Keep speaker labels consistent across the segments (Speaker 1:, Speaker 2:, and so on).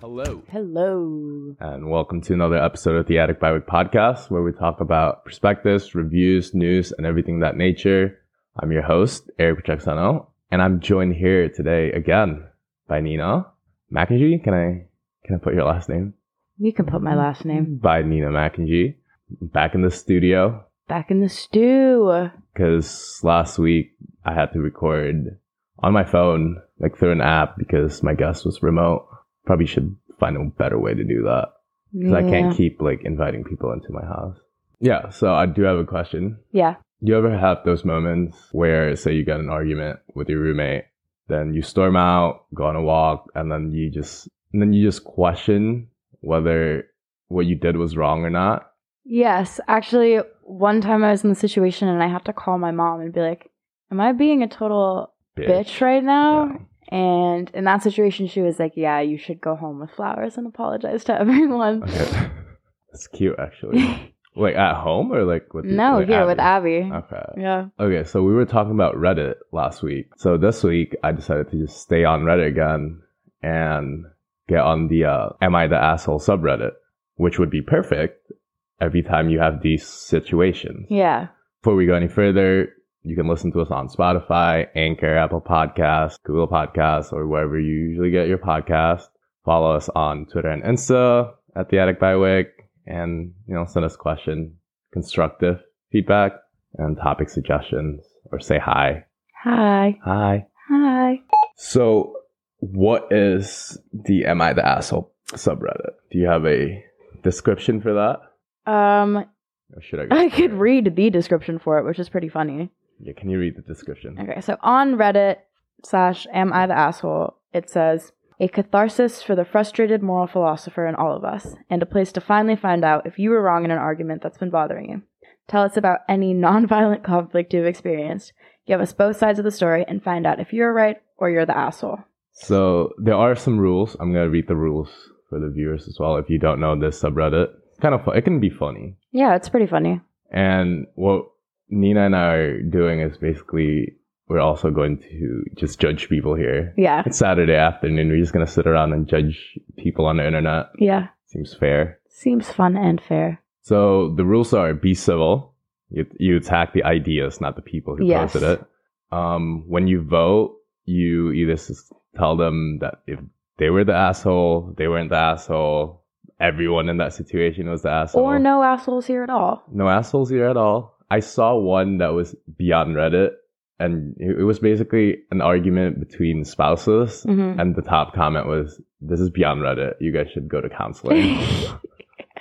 Speaker 1: Hello.
Speaker 2: Hello.
Speaker 1: And welcome to another episode of the Attic Biweek podcast, where we talk about perspectives, reviews, news, and everything that nature. I'm your host, Eric Pacheco, and I'm joined here today again by Nina Mackenzie. Can I can I put your last name?
Speaker 2: You can put my last name
Speaker 1: By Nina Mackenzie. Back in the studio
Speaker 2: back in the stew.
Speaker 1: because last week I had to record on my phone, like through an app, because my guest was remote. Probably should find a better way to do that.
Speaker 2: Yeah.
Speaker 1: Because I can't keep like inviting people into my house. Yeah, so I do have a question.
Speaker 2: yeah.
Speaker 1: Do you ever have those moments where, say, you got an argument with your roommate, then you storm out, go on a walk, and then you just and then you just question whether what you did was wrong or not?
Speaker 2: Yes. Actually, one time I was in the situation and I had to call my mom and be like, Am I being a total bitch right now?
Speaker 1: Yeah.
Speaker 2: And in that situation, she was like, Yeah, you should go home with flowers and apologize to everyone.
Speaker 1: Okay. That's cute, actually. like at home or like with
Speaker 2: no,
Speaker 1: like,
Speaker 2: here
Speaker 1: at
Speaker 2: with
Speaker 1: your-
Speaker 2: Abby.
Speaker 1: Okay.
Speaker 2: Yeah.
Speaker 1: Okay, so we were talking about Reddit last week. So this week, I decided to just stay on Reddit again and get on the uh, Am I the Asshole subreddit, which would be perfect every time you have these situations.
Speaker 2: Yeah.
Speaker 1: Before we go any further, you can listen to us on Spotify, Anchor, Apple Podcasts, Google Podcasts, or wherever you usually get your podcast. Follow us on Twitter and Insta at The Attic by Wick, and you know, send us question, constructive feedback, and topic suggestions, or say hi.
Speaker 2: Hi.
Speaker 1: Hi.
Speaker 2: Hi.
Speaker 1: So, what is the "Am I the Asshole" subreddit? Do you have a description for that,
Speaker 2: Um,
Speaker 1: or should I? Go
Speaker 2: I could read the description for it, which is pretty funny.
Speaker 1: Yeah, can you read the description?
Speaker 2: Okay, so on Reddit slash Am I the Asshole, it says, a catharsis for the frustrated moral philosopher in all of us, and a place to finally find out if you were wrong in an argument that's been bothering you. Tell us about any nonviolent conflict you've experienced. Give us both sides of the story and find out if you're right or you're the asshole.
Speaker 1: So there are some rules. I'm gonna read the rules for the viewers as well. If you don't know this subreddit, it's kind of fun. it can be funny.
Speaker 2: Yeah, it's pretty funny.
Speaker 1: And what Nina and I are doing is basically we're also going to just judge people here.
Speaker 2: Yeah,
Speaker 1: It's Saturday afternoon. We're just gonna sit around and judge people on the internet.
Speaker 2: yeah.
Speaker 1: Seems fair.
Speaker 2: Seems fun and fair.
Speaker 1: So the rules are be civil. You, you attack the ideas, not the people who
Speaker 2: Yes.
Speaker 1: posted it. Um, when you vote, you either s- tell them that if they were the asshole, they weren't the asshole, everyone in that situation was the asshole.
Speaker 2: or no assholes here at all.
Speaker 1: No assholes here at all. I saw one that was beyond Reddit, and it it was basically an argument between spouses.
Speaker 2: hmm
Speaker 1: And the top comment was, This is beyond Reddit. You guys should go to counseling.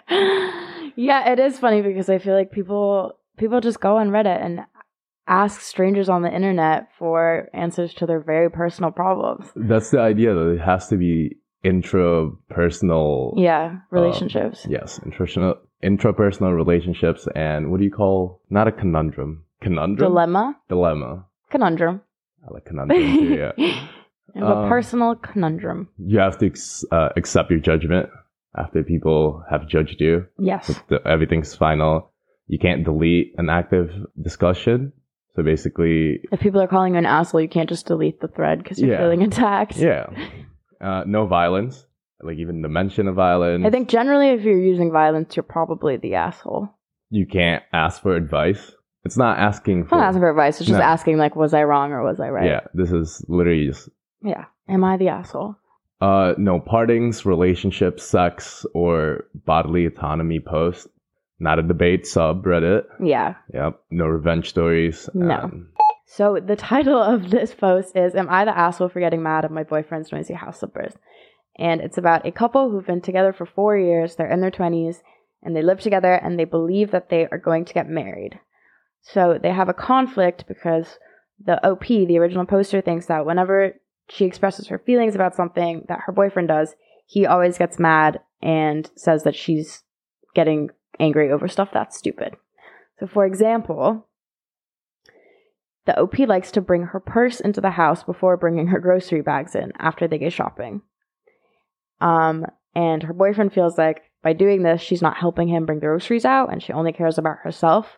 Speaker 2: yeah, it is funny because I feel like people people just go on Reddit and ask strangers on the internet for answers to their very personal problems.
Speaker 1: That's the idea, though. It has to be intra personal.
Speaker 2: Yeah, relationships.
Speaker 1: Yes, intrapersonal, intrapersonal relationships, and what do you call not a conundrum? Conundrum.
Speaker 2: Dilemma,
Speaker 1: Dilemma.
Speaker 2: conundrum.
Speaker 1: I like conundrum too. Yeah.
Speaker 2: I have a
Speaker 1: Um,
Speaker 2: personal conundrum.
Speaker 1: You have to ex- uh, accept your judgment after people have judged you.
Speaker 2: Yes.
Speaker 1: The, everything's final. You can't delete an active discussion. So basically,
Speaker 2: If people are calling you an asshole, you can't just delete the thread because you're
Speaker 1: Yeah.
Speaker 2: feeling attacked.
Speaker 1: yeah. Uh, no violence. Like even the mention of violence.
Speaker 2: I think generally, if you're using violence, you're probably the asshole.
Speaker 1: you can't ask for advice. It's not asking
Speaker 2: It's
Speaker 1: for.
Speaker 2: not asking for advice. It's just
Speaker 1: No.
Speaker 2: asking, like, was I wrong or was I right?
Speaker 1: Yeah, this is literally just
Speaker 2: Yeah. Am I the asshole?
Speaker 1: Uh, no partings, relationships, sex, or bodily autonomy post. Not a debate subreddit.
Speaker 2: Yeah.
Speaker 1: Yep. No revenge stories.
Speaker 2: No.
Speaker 1: Um,
Speaker 2: So the title of this post is "Am I the asshole for getting mad at my boyfriend's noisy house slippers?" And it's about a couple who've been together for four years. They're in their twenties, and they live together, and they believe that they are going to get married. So they have a conflict because the OP, the original poster, thinks that whenever she expresses her feelings about something that her boyfriend does, he always gets mad and says that she's getting angry over stuff that's stupid. So, for example, the OP likes to bring her purse into the house before bringing her grocery bags in after they go shopping. Um, and her boyfriend feels like by doing this, she's not helping him bring the groceries out and she only cares about herself.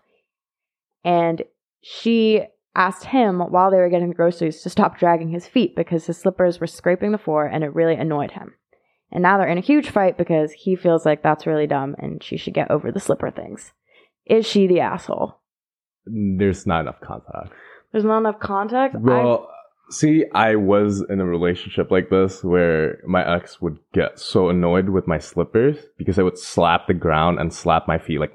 Speaker 2: And she asked him while they were getting the groceries to stop dragging his feet because his slippers were scraping the floor and it really annoyed him. And now they're in a huge fight because he feels like that's really dumb and she should get over the slipper things. Is she the asshole?
Speaker 1: There's not enough contact.
Speaker 2: There's not enough context. I,
Speaker 1: Well, see, I was in a relationship like this where my ex would get so annoyed with my slippers because I would slap the ground and slap my feet like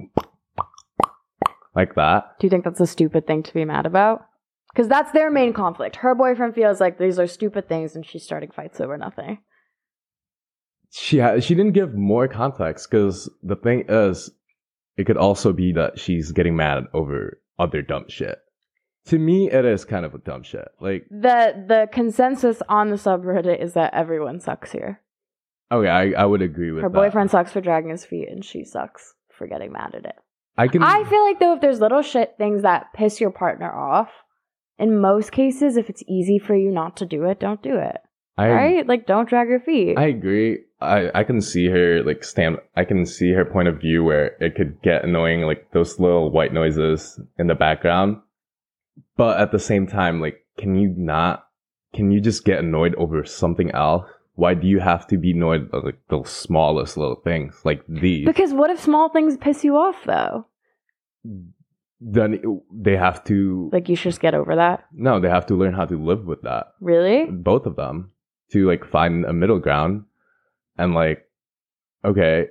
Speaker 1: like that.
Speaker 2: do you think that's a stupid thing to be mad about? Because that's their main conflict. Her boyfriend feels like these are stupid things and she's starting fights over nothing.
Speaker 1: She ha- she didn't give more context because the thing is, it could also be that she's getting mad over other dumb shit. To me, it is kind of a dumb shit. Like,
Speaker 2: The the consensus on the subreddit is that everyone sucks here.
Speaker 1: okay, I, I would agree with
Speaker 2: Her
Speaker 1: that.
Speaker 2: boyfriend sucks for dragging his feet and she sucks for getting mad at it.
Speaker 1: I can.
Speaker 2: I feel like though if there's little shit things that piss your partner off, in most cases if it's easy for you not to do it, don't do it.
Speaker 1: I
Speaker 2: right? Like don't drag your feet.
Speaker 1: I agree. I, I can see her like stand. I can see her point of view where it could get annoying, like those little white noises in the background. But at the same time, like, can you not? Can you just get annoyed over something else? Why do you have to be annoyed at, like those smallest little things like these?
Speaker 2: because what if small things piss you off though?
Speaker 1: then they have to
Speaker 2: Like you should just get over that.
Speaker 1: no, they have to learn how to live with that.
Speaker 2: Really?
Speaker 1: both of them to like find a middle ground and like okay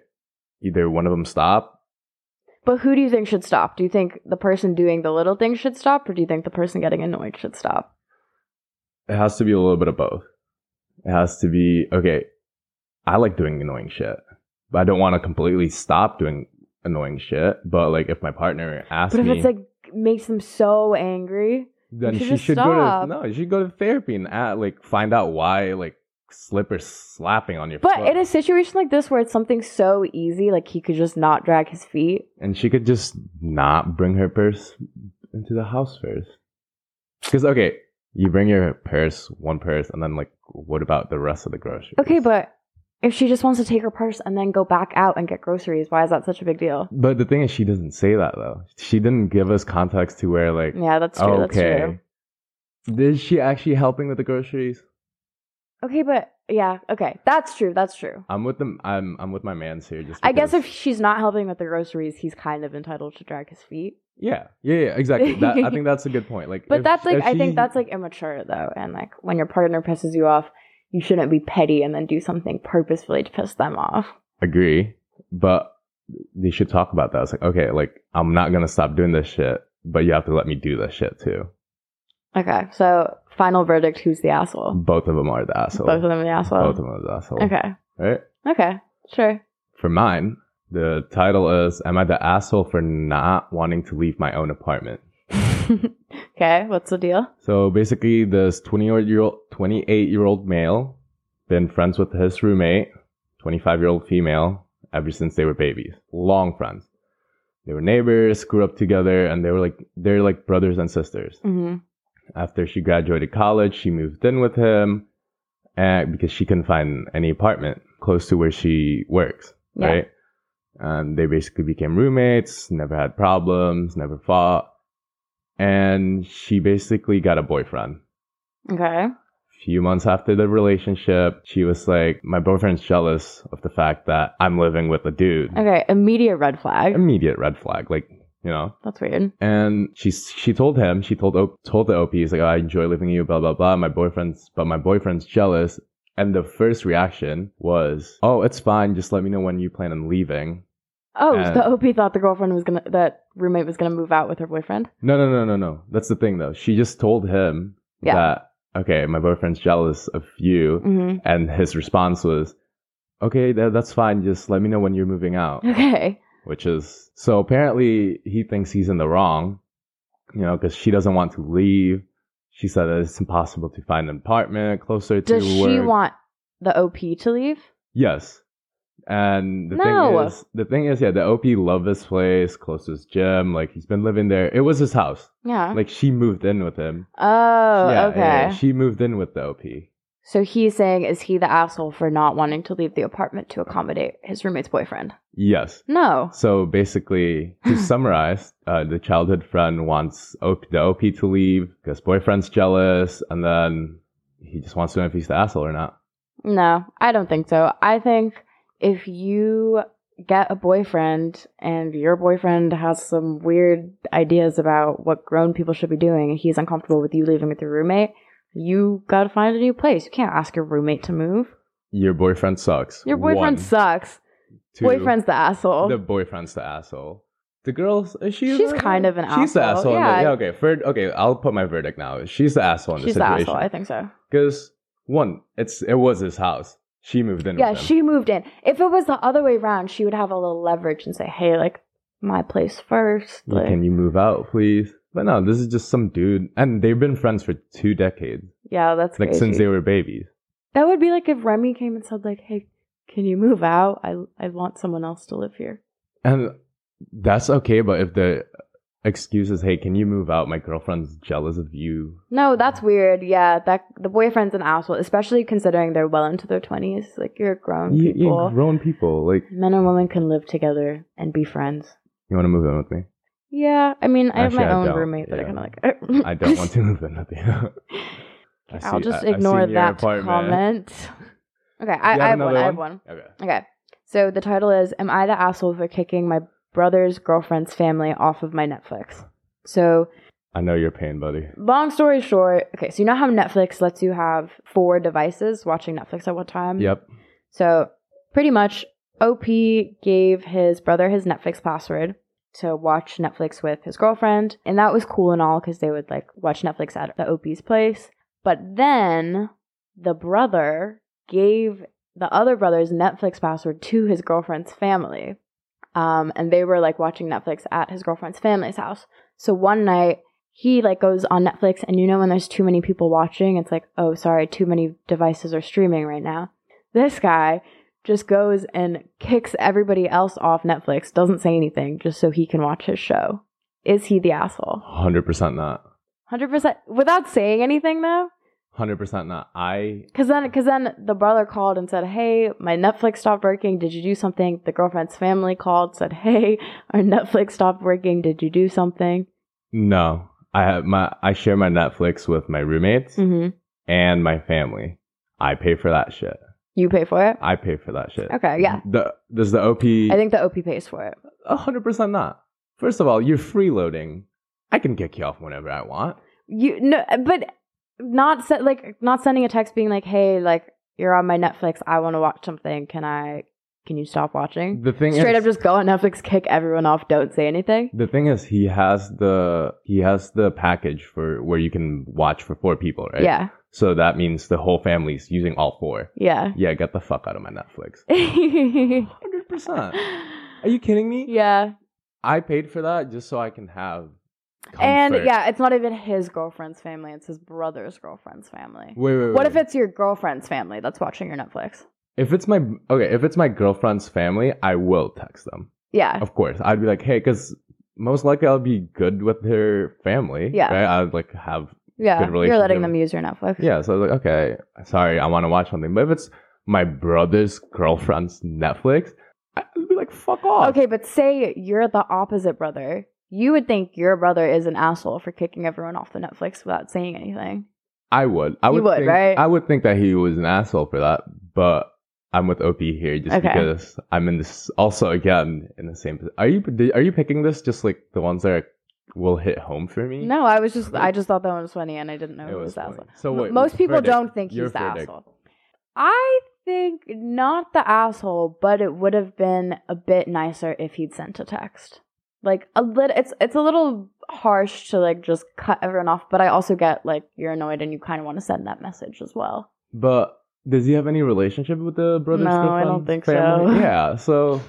Speaker 1: either one of them stop
Speaker 2: But who do you think should stop? Do you think the person doing the little thing should stop or do you think the person getting annoyed should stop?
Speaker 1: it has to be a little bit of both it has to be okay i like doing annoying shit but i don't want to completely stop doing annoying shit but like if my partner asks
Speaker 2: But if
Speaker 1: me
Speaker 2: it's like makes them so angry,
Speaker 1: then
Speaker 2: you should
Speaker 1: she
Speaker 2: just
Speaker 1: should
Speaker 2: stop.
Speaker 1: go to no she should go to therapy and at, like find out why like slipper slapping on your
Speaker 2: but
Speaker 1: foot
Speaker 2: in a situation like this where it's something so easy, like he could just not drag his feet,
Speaker 1: and she could just not bring her purse into the house first. Because okay, you bring your purse, one purse, and then like, what about the rest of the groceries?
Speaker 2: Okay, but if she just wants to take her purse and then go back out and get groceries, why is that such a big deal?
Speaker 1: but the thing is, she doesn't say that though. She didn't give us context to where like,
Speaker 2: Yeah, that's true. That's true.
Speaker 1: okay, is she actually helping with the groceries?
Speaker 2: Okay, but yeah, okay, that's true. That's true.
Speaker 1: I'm with them. I'm I'm with my man's here. Just
Speaker 2: I guess if
Speaker 1: because-
Speaker 2: she's not helping with the groceries, he's kind of entitled to drag his feet.
Speaker 1: yeah, yeah, yeah, exactly. That, I think that's a good point. Like,
Speaker 2: But
Speaker 1: if-
Speaker 2: that's like,
Speaker 1: if
Speaker 2: I
Speaker 1: she-
Speaker 2: think that's like immature though. And like when your partner pisses you off, you shouldn't be petty and then do something purposefully to piss them off.
Speaker 1: agree, but they should talk about that. It's like, okay, like I'm not gonna stop doing this shit, but you have to let me do this shit too.
Speaker 2: Okay, so final verdict who's the asshole?
Speaker 1: Both of them are the asshole.
Speaker 2: Both of them are the asshole.
Speaker 1: Both of them are the asshole.
Speaker 2: Okay,
Speaker 1: Right?
Speaker 2: okay, sure.
Speaker 1: For mine, the title is Am I the asshole for not wanting to leave my own apartment?
Speaker 2: okay, what's the deal?
Speaker 1: So basically, this 20 year old, 28 year old male been friends with his roommate, 25 year old female, ever since they were babies. Long friends. They were neighbors, grew up together, and they were like they're like brothers and sisters.
Speaker 2: hmm
Speaker 1: After she graduated college, she moved in with him, and because she couldn't find any apartment close to where she works,
Speaker 2: Yeah.
Speaker 1: right? And they basically became roommates, never had problems, never fought, and she basically got a boyfriend.
Speaker 2: Okay.
Speaker 1: Few months after the relationship, she was like, "My boyfriend's jealous of the fact that I'm living with a dude."
Speaker 2: Okay, immediate red flag.
Speaker 1: Immediate red flag, like you know.
Speaker 2: That's weird.
Speaker 1: And she she told him, she told O- told the OP, he's like, I enjoy living with you, blah blah blah. My boyfriend's, but my boyfriend's jealous. And the first reaction was, Oh, it's fine. Just let me know when you plan on leaving.
Speaker 2: Oh,
Speaker 1: Uh,
Speaker 2: the OP thought the girlfriend was gonna that roommate was gonna move out with her boyfriend.
Speaker 1: No, no, no, no, no. That's the thing though. She just told him
Speaker 2: Yeah.
Speaker 1: that okay, my boyfriend's jealous of you.
Speaker 2: hmm
Speaker 1: And his response was, Okay, tha- that's fine. Just let me know when you're moving out.
Speaker 2: Okay.
Speaker 1: which is so apparently he thinks he's in the wrong, you know, because she doesn't want to leave. She said that it's impossible to find an apartment closer to
Speaker 2: Does she
Speaker 1: work.
Speaker 2: want the OP to leave?
Speaker 1: yes. And the
Speaker 2: No.
Speaker 1: thing is, the thing is, yeah, the OP loved this place, closest gym. Like he's been living there. It was his house.
Speaker 2: Yeah.
Speaker 1: Like she moved in with him.
Speaker 2: oh,
Speaker 1: yeah,
Speaker 2: okay.
Speaker 1: yeah, she moved in with the OP.
Speaker 2: so he's saying, is he the asshole for not wanting to leave the apartment to accommodate his roommate's boyfriend?
Speaker 1: Yes.
Speaker 2: No.
Speaker 1: So basically, to summarize, uh, the childhood friend wants OP, the OP to leave because boyfriend's jealous, and then he just wants to know if he's the asshole or not.
Speaker 2: No, I don't think so. I think if you get a boyfriend and your boyfriend has some weird ideas about what grown people should be doing and he's uncomfortable with you leaving with your roommate, you gotta find a new place. You can't ask your roommate to move.
Speaker 1: Your boyfriend sucks.
Speaker 2: Your boyfriend
Speaker 1: One.
Speaker 2: sucks.
Speaker 1: Two,
Speaker 2: boyfriend's the asshole.
Speaker 1: The boyfriend's the asshole. The girl's is she
Speaker 2: She's
Speaker 1: the-
Speaker 2: kind of an
Speaker 1: She's the asshole.
Speaker 2: asshole,
Speaker 1: in the-
Speaker 2: yeah.
Speaker 1: yeah. Okay. For, okay. I'll put my verdict now. She's the asshole in
Speaker 2: She's
Speaker 1: the
Speaker 2: the asshole. I
Speaker 1: situation.
Speaker 2: think so.
Speaker 1: Because one, it's it was his house. She moved in.
Speaker 2: Yeah,
Speaker 1: with him.
Speaker 2: she moved in. If it was the other way around, she would have a little leverage and say, hey, like, my place first.
Speaker 1: Like,
Speaker 2: Like,
Speaker 1: Can you move out, please? But no, this is just some dude, and they've been friends for two decades,
Speaker 2: yeah, that's
Speaker 1: like
Speaker 2: crazy.
Speaker 1: since they were babies.
Speaker 2: That would be like if Remy came and said, like, hey, can you move out? I I want someone else to live here.
Speaker 1: And that's okay, but if the excuse is, "Hey, can you move out? My girlfriend's jealous of you."
Speaker 2: No, that's weird. Yeah, that the boyfriend's an asshole, especially considering they're well into their twenties. Like you're grown
Speaker 1: You,
Speaker 2: people.
Speaker 1: you grown people, like
Speaker 2: Men and women can live together and be friends.
Speaker 1: you want to move in with me?
Speaker 2: Yeah, I mean, I have
Speaker 1: Actually,
Speaker 2: my
Speaker 1: I
Speaker 2: own
Speaker 1: don't.
Speaker 2: roommate, but I
Speaker 1: Yeah.
Speaker 2: kind of like.
Speaker 1: I don't want to move in with you. I
Speaker 2: I'll
Speaker 1: see-
Speaker 2: just
Speaker 1: I- I've
Speaker 2: ignore
Speaker 1: seen your
Speaker 2: that
Speaker 1: apartment.
Speaker 2: comment. Okay, I,
Speaker 1: You have
Speaker 2: I have one.
Speaker 1: another
Speaker 2: I have
Speaker 1: one?
Speaker 2: one.
Speaker 1: Okay.
Speaker 2: Okay. So the title is Am I the Asshole for Kicking My Brother's Girlfriend's Family Off of My Netflix? So,
Speaker 1: I know your pain, buddy.
Speaker 2: long story short, okay, so you know how Netflix lets you have four devices watching Netflix at one time?
Speaker 1: Yep.
Speaker 2: So, pretty much, OP gave his brother his Netflix password to watch Netflix with his girlfriend. And that was cool and all because they would like watch Netflix at the OP's place. But then the brother gave the other brother's Netflix password to his girlfriend's family. Um, and they were like watching Netflix at his girlfriend's family's house. So one night, he like goes on Netflix, and you know when there's too many people watching, it's like, oh, sorry, too many devices are streaming right now this guy just goes and kicks everybody else off Netflix, doesn't say anything, just so he can watch his show. Is he the asshole?
Speaker 1: 100% not.
Speaker 2: 100% without saying anything though?
Speaker 1: 100% not. I
Speaker 2: Cause then, cause then the brother called and said, "Hey, my Netflix stopped working. Did you do something?" The girlfriend's family called, said, "Hey, our Netflix stopped working. Did you do something?"
Speaker 1: no. I have my I share my Netflix with my roommates
Speaker 2: hmm
Speaker 1: and my family. I pay for that shit.
Speaker 2: You pay for it.
Speaker 1: I pay for that shit.
Speaker 2: Okay, yeah.
Speaker 1: The does the OP
Speaker 2: I think the OP pays for it.
Speaker 1: 100% not. First of all, you're freeloading. I can kick you off whenever I want.
Speaker 2: You no, but not se- like not sending a text being like, "Hey, like you're on my Netflix. I want to watch something. Can I? Can you stop watching?"
Speaker 1: The thing
Speaker 2: Straight
Speaker 1: is,
Speaker 2: up, just go on Netflix, kick everyone off. Don't say anything.
Speaker 1: The thing is, he has the he has the package for where you can watch for four people, right?
Speaker 2: Yeah,
Speaker 1: So that means the whole family's using all four.
Speaker 2: yeah.
Speaker 1: Yeah, get the fuck out of my Netflix. Hundred percent. Are you kidding me?
Speaker 2: yeah,
Speaker 1: I paid for that just so I can have. Comfort.
Speaker 2: and yeah, it's not even his girlfriend's family; it's his brother's girlfriend's family.
Speaker 1: Wait, wait, wait.
Speaker 2: What if it's your girlfriend's family that's watching your Netflix?
Speaker 1: if it's my okay? If it's my girlfriend's family, I will text them.
Speaker 2: Yeah,
Speaker 1: Of course, I'd be like, hey, because most likely I'll be good with her family.
Speaker 2: Yeah.
Speaker 1: Right? I'd like have
Speaker 2: yeah.
Speaker 1: good
Speaker 2: You're letting
Speaker 1: relationship.
Speaker 2: them use your Netflix.
Speaker 1: Yeah, so I was like, okay, sorry, I want to watch something. But if it's my brother's girlfriend's Netflix, I'd be like, fuck off.
Speaker 2: Oh. Okay, but say you're the opposite brother. You would think your brother is an asshole for kicking everyone off the Netflix without saying anything.
Speaker 1: I would. I
Speaker 2: You
Speaker 1: would,
Speaker 2: would,
Speaker 1: think,
Speaker 2: right?
Speaker 1: I would think that he was an asshole for that, but I'm with OP here just
Speaker 2: Okay.
Speaker 1: because I'm in this. Also, again, in the same. Are you are you picking this just like the ones that are, will hit home for me?
Speaker 2: No, I was just I just thought that one was funny and I didn't know it, was, the
Speaker 1: funny.
Speaker 2: asshole.
Speaker 1: So
Speaker 2: M-
Speaker 1: wait,
Speaker 2: Most people
Speaker 1: verdict.
Speaker 2: don't think
Speaker 1: Your
Speaker 2: he's the
Speaker 1: verdict.
Speaker 2: asshole. I think not the asshole, but it would have been a bit nicer if he'd sent a text. Like a little, it's it's a little harsh to like just cut everyone off, but I also get like you're annoyed and you kind of want to send that message as well.
Speaker 1: But does he have any relationship with the brother's
Speaker 2: No, I
Speaker 1: girlfriend's
Speaker 2: don't think so.
Speaker 1: family? Yeah, so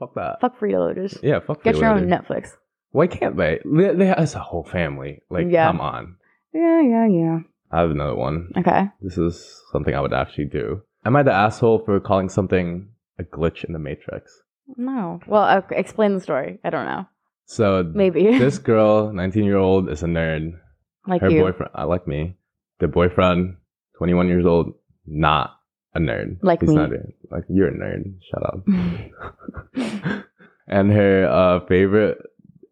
Speaker 1: fuck that.
Speaker 2: Fuck freeloaders.
Speaker 1: Yeah, fuck
Speaker 2: Get your
Speaker 1: freeloaders.
Speaker 2: own Netflix.
Speaker 1: Why can't they? They, they as a whole family. Like,
Speaker 2: Yeah.
Speaker 1: come on.
Speaker 2: Yeah, yeah, yeah.
Speaker 1: I have another one.
Speaker 2: Okay.
Speaker 1: This is something I would actually do. Am I the asshole for calling something a glitch in the matrix?
Speaker 2: No. Well, okay, explain the story. I don't know.
Speaker 1: So th-
Speaker 2: Maybe.
Speaker 1: this girl, 19 year old, is a nerd.
Speaker 2: like
Speaker 1: Her
Speaker 2: you.
Speaker 1: boyfriend, I like me. The boyfriend, 21 years old, not a nerd.
Speaker 2: Like
Speaker 1: He's
Speaker 2: me.
Speaker 1: not a, like you're a nerd. Shut up. and her uh, favorite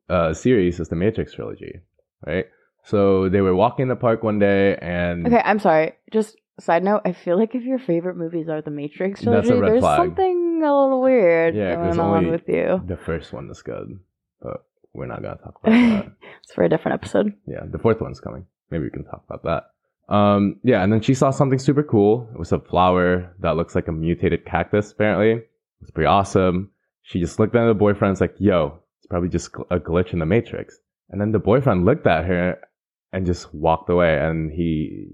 Speaker 1: uh, series is the Matrix trilogy, right? So they were walking in the park one day, and
Speaker 2: okay, I'm sorry. Just Side note: I feel like if your favorite movies are The Matrix
Speaker 1: That's a
Speaker 2: trilogy,
Speaker 1: red
Speaker 2: there's
Speaker 1: flag.
Speaker 2: something a little weird
Speaker 1: Yeah,
Speaker 2: going
Speaker 1: 'cause
Speaker 2: on
Speaker 1: only-
Speaker 2: with you.
Speaker 1: The first one is good, but we're not gonna talk about that.
Speaker 2: It's for a different episode.
Speaker 1: Yeah, the fourth one's coming. Maybe we can talk about that. Um, yeah, and then she saw something super cool. It was a flower that looks like a mutated cactus, apparently. It's pretty awesome. She just looked at the boyfriend and was like, yo, it's probably just gl- a glitch in the matrix. And then the boyfriend looked at her and just walked away. And he,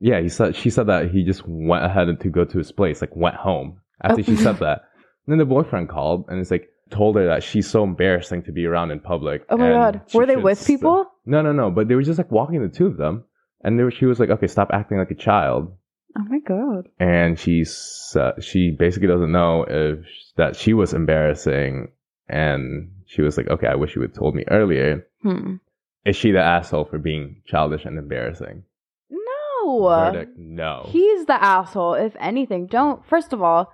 Speaker 1: yeah, he said, she said that he just went ahead and to go to his place, like went home after
Speaker 2: Oh.
Speaker 1: she said that. And then the boyfriend called and it's like, told her that she's so embarrassing to be around in public.
Speaker 2: Oh my
Speaker 1: and
Speaker 2: god,
Speaker 1: she
Speaker 2: were they
Speaker 1: should
Speaker 2: with
Speaker 1: st-
Speaker 2: people?
Speaker 1: no, no, no. But they were just like walking the two of them, and they were, she was like, "Okay, stop acting like a child."
Speaker 2: Oh my god.
Speaker 1: And she's uh, she basically doesn't know if that she was embarrassing, and she was like, "Okay, I wish you would told me earlier."
Speaker 2: Hmm.
Speaker 1: Is she the asshole for being childish and embarrassing?
Speaker 2: No.
Speaker 1: Verdict: Oh. No.
Speaker 2: He's the asshole. If anything, don't. First of all,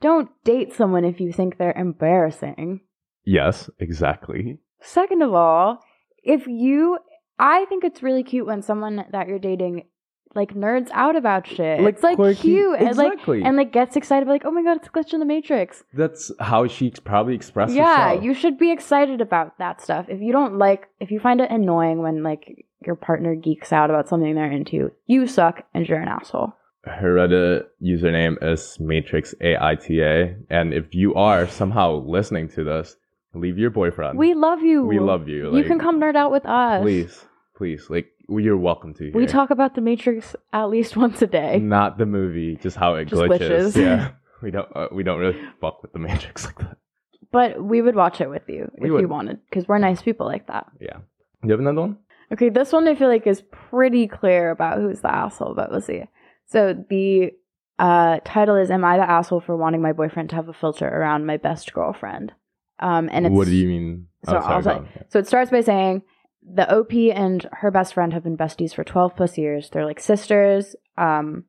Speaker 2: don't date someone if you think they're embarrassing.
Speaker 1: yes, exactly.
Speaker 2: Second of all, if you, I think it's really cute when someone that you're dating like nerds out about shit. it's like
Speaker 1: quirky-
Speaker 2: cute and like
Speaker 1: Exactly.
Speaker 2: and like gets excited like, oh my god, it's a glitch in the matrix.
Speaker 1: That's how she ex- probably expressed
Speaker 2: yeah,
Speaker 1: herself.
Speaker 2: you should be excited about that stuff. If you don't like, if you find it annoying when like your partner geeks out about something they're into, you suck and you're an asshole.
Speaker 1: her Reddit username is Matrix AITA. And if you are somehow listening to this, leave your boyfriend.
Speaker 2: We love you.
Speaker 1: Um, We love you.
Speaker 2: you can come nerd out with us.
Speaker 1: Please, please. Like, you're welcome to here.
Speaker 2: We talk about the Matrix at least once a day.
Speaker 1: Not the movie, just how it
Speaker 2: Just
Speaker 1: glitches.
Speaker 2: glitches.
Speaker 1: Yeah. We don't, uh, we don't really fuck with the Matrix like that.
Speaker 2: But we would watch it with you
Speaker 1: We
Speaker 2: if
Speaker 1: would.
Speaker 2: you wanted, because we're nice people like that.
Speaker 1: Yeah. You have another one?
Speaker 2: Okay, this one I feel like is pretty clear about who's the asshole, but we'll see. So the uh, title is "Am I the asshole for wanting my boyfriend to have a filter around my best girlfriend?" Um, and it's
Speaker 1: what do you mean? Oh,
Speaker 2: so I'll
Speaker 1: go
Speaker 2: say-
Speaker 1: on.
Speaker 2: so it starts by saying the OP and her best friend have been besties for 12 plus years. They're like sisters. Um,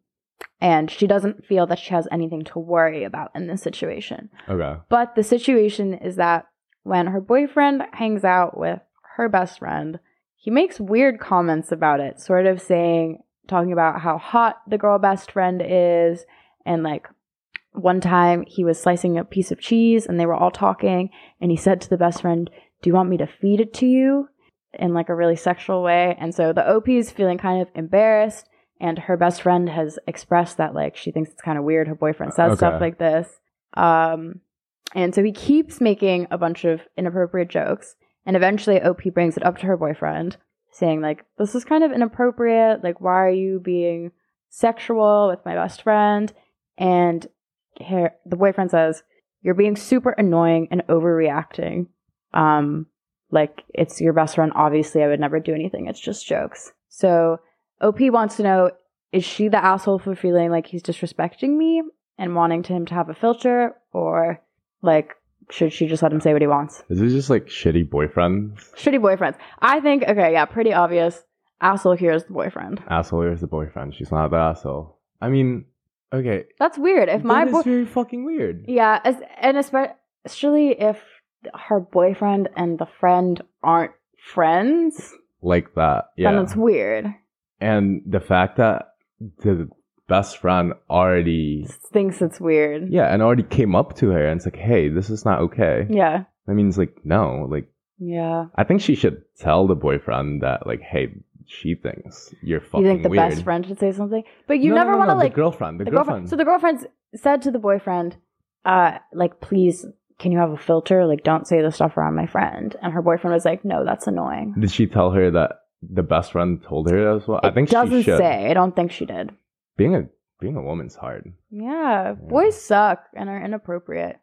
Speaker 2: and she doesn't feel that she has anything to worry about in this situation.
Speaker 1: Okay.
Speaker 2: But the situation is that when her boyfriend hangs out with her best friend, he makes weird comments about it, sort of saying, talking about how hot the girl best friend is. And like one time he was slicing a piece of cheese and they were all talking. And he said to the best friend, Do you want me to feed it to you? In like a really sexual way. And so the OP is feeling kind of embarrassed. And her best friend has expressed that like she thinks it's kind of weird her boyfriend says stuff
Speaker 1: Okay.
Speaker 2: like this. Um, and so he keeps making a bunch of inappropriate jokes. And eventually, OP brings it up to her boyfriend, saying, like, this is kind of inappropriate. Like, why are you being sexual with my best friend? And her, the boyfriend says, you're being super annoying and overreacting. Um, like, it's your best friend. Obviously, I would never do anything. It's just jokes. So OP wants to know, is she the asshole for feeling like he's disrespecting me and wanting him to have a filter? Or, like, should she just let him say what he wants?
Speaker 1: Is this just like shitty boyfriends?
Speaker 2: Shitty boyfriends. I think, okay, yeah, pretty obvious. Asshole here is the boyfriend.
Speaker 1: Asshole is the boyfriend. She's not the asshole. I mean, okay.
Speaker 2: That's weird. If my
Speaker 1: That is
Speaker 2: boy,
Speaker 1: very fucking weird.
Speaker 2: yeah, as, and espe- especially if her boyfriend and the friend aren't friends,
Speaker 1: Like that. Yeah.
Speaker 2: then it's weird.
Speaker 1: and the fact that the best friend already
Speaker 2: Thinks it's weird.
Speaker 1: yeah and already came up to her and it's like hey this is not okay
Speaker 2: Yeah.
Speaker 1: that means like no like
Speaker 2: Yeah.
Speaker 1: i think she should tell the boyfriend that like hey she thinks you're fucking
Speaker 2: You think the
Speaker 1: weird
Speaker 2: best friend should say something, but you
Speaker 1: No,
Speaker 2: never
Speaker 1: no, no,
Speaker 2: want to
Speaker 1: no,
Speaker 2: like
Speaker 1: the girlfriend the,
Speaker 2: the
Speaker 1: girlfriend,
Speaker 2: girlfriend. So the girlfriend said to the boyfriend, uh, like, please, can you have a filter? Like, don't say this stuff around my friend. And her boyfriend was like, no, that's annoying.
Speaker 1: did she tell her that the best friend told her as well i
Speaker 2: It
Speaker 1: think
Speaker 2: doesn't
Speaker 1: she should
Speaker 2: say. I don't think she did.
Speaker 1: being a being a woman's hard
Speaker 2: Yeah, boys suck and are inappropriate.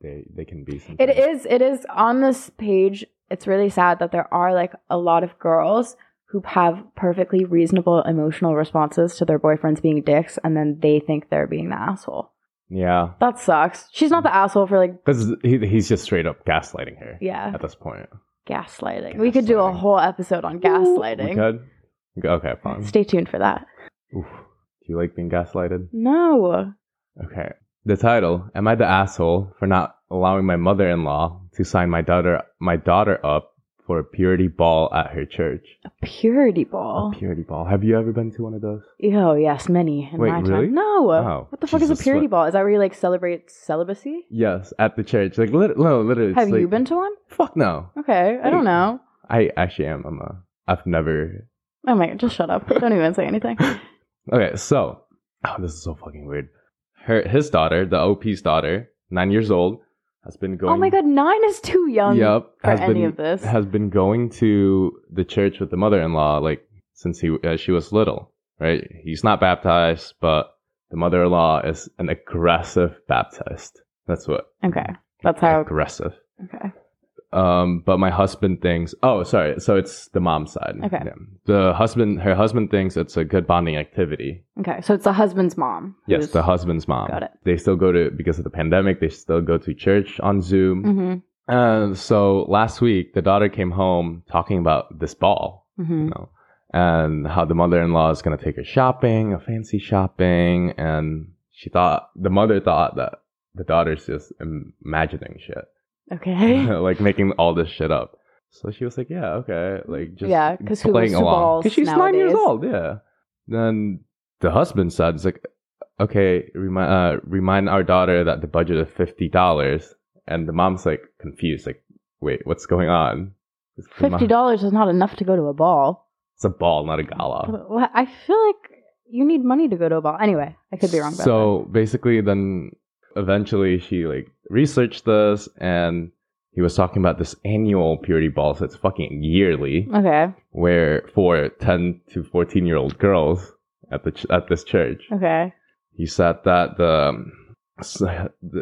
Speaker 1: they they can be
Speaker 2: It
Speaker 1: sometimes.
Speaker 2: is. It is on this page. It's really sad that there are like a lot of girls who have perfectly reasonable emotional responses to their boyfriends being dicks, and then they think they're being the asshole.
Speaker 1: yeah
Speaker 2: That sucks. She's not the asshole for like,
Speaker 1: because he, he's just straight up gaslighting her
Speaker 2: yeah,
Speaker 1: at this point
Speaker 2: gaslighting. We could do a
Speaker 1: Gaslighting.
Speaker 2: whole episode on
Speaker 1: we
Speaker 2: gaslighting.
Speaker 1: could okay fine
Speaker 2: Stay tuned for that.
Speaker 1: Oof. Do you like being gaslighted?
Speaker 2: No.
Speaker 1: Okay. The title: Am I the asshole for not allowing my mother-in-law to sign my daughter my daughter up for a purity ball at her church.
Speaker 2: A purity
Speaker 1: A
Speaker 2: ball.
Speaker 1: purity ball. Have you ever been to one of those?
Speaker 2: Oh yes, many. In
Speaker 1: Wait,
Speaker 2: my
Speaker 1: really?
Speaker 2: Time. No.
Speaker 1: Oh,
Speaker 2: what the fuck is a
Speaker 1: Jesus,
Speaker 2: purity
Speaker 1: what-
Speaker 2: ball? Is that where you like celebrate celibacy?
Speaker 1: Yes, at the church. Like, lit- no, literally. it's
Speaker 2: Have you
Speaker 1: like-
Speaker 2: been to one?
Speaker 1: Fuck no.
Speaker 2: Okay, I don't
Speaker 1: Wait.
Speaker 2: know.
Speaker 1: I actually am. I'm a. I've never.
Speaker 2: Oh my god, just shut up. Don't even say anything.
Speaker 1: Okay, so oh, this is so fucking weird. Her, his daughter, the OP's daughter, nine years old, has been going.
Speaker 2: Oh my god, nine is too young
Speaker 1: Yup,
Speaker 2: for
Speaker 1: has
Speaker 2: any
Speaker 1: been
Speaker 2: of this.
Speaker 1: has been going to the church with the mother-in-law like since he uh, she was little right he's not baptized but the mother-in-law is an aggressive baptist that's what
Speaker 2: okay, that's how.
Speaker 1: aggressive
Speaker 2: Okay,
Speaker 1: um but my husband thinks oh sorry so it's the mom side
Speaker 2: Okay.
Speaker 1: Yeah. the husband her husband thinks it's a good bonding activity
Speaker 2: okay. So it's the husband's mom.
Speaker 1: yes
Speaker 2: who's-
Speaker 1: the husband's mom
Speaker 2: Got it.
Speaker 1: they still go to because of the pandemic they still go to church on zoom
Speaker 2: Mhm,
Speaker 1: Uh, so last week, the daughter came home talking about this ball, you
Speaker 2: mhm.
Speaker 1: know, and how the mother-in-law is going to take her shopping, a fancy shopping, and she thought the mother thought that the daughter's just im- imagining shit,
Speaker 2: Okay.
Speaker 1: like making all this shit up. So she was like, "Yeah, okay," like just
Speaker 2: Yeah, 'cause who
Speaker 1: playing
Speaker 2: listens to
Speaker 1: along
Speaker 2: balls
Speaker 1: she's nine years
Speaker 2: nowadays?
Speaker 1: old. Yeah. Then the husband said, "It's like, okay, remind uh, remind our daughter that the budget is fifty dollars." And the mom's like confused, like, "Wait, what's going on?" It's the mom-
Speaker 2: Fifty dollars is not enough to go to a ball.
Speaker 1: It's a ball, not a gala.
Speaker 2: But what- I feel like you need money to go to a ball. Anyway, I could be wrong. About that.
Speaker 1: So basically, then eventually she like researched this, and he was talking about this annual purity ball. So it's fucking yearly.
Speaker 2: Okay.
Speaker 1: where for 10 to 14 year old girls at the ch- at this church
Speaker 2: Okay.
Speaker 1: he said that the um, s-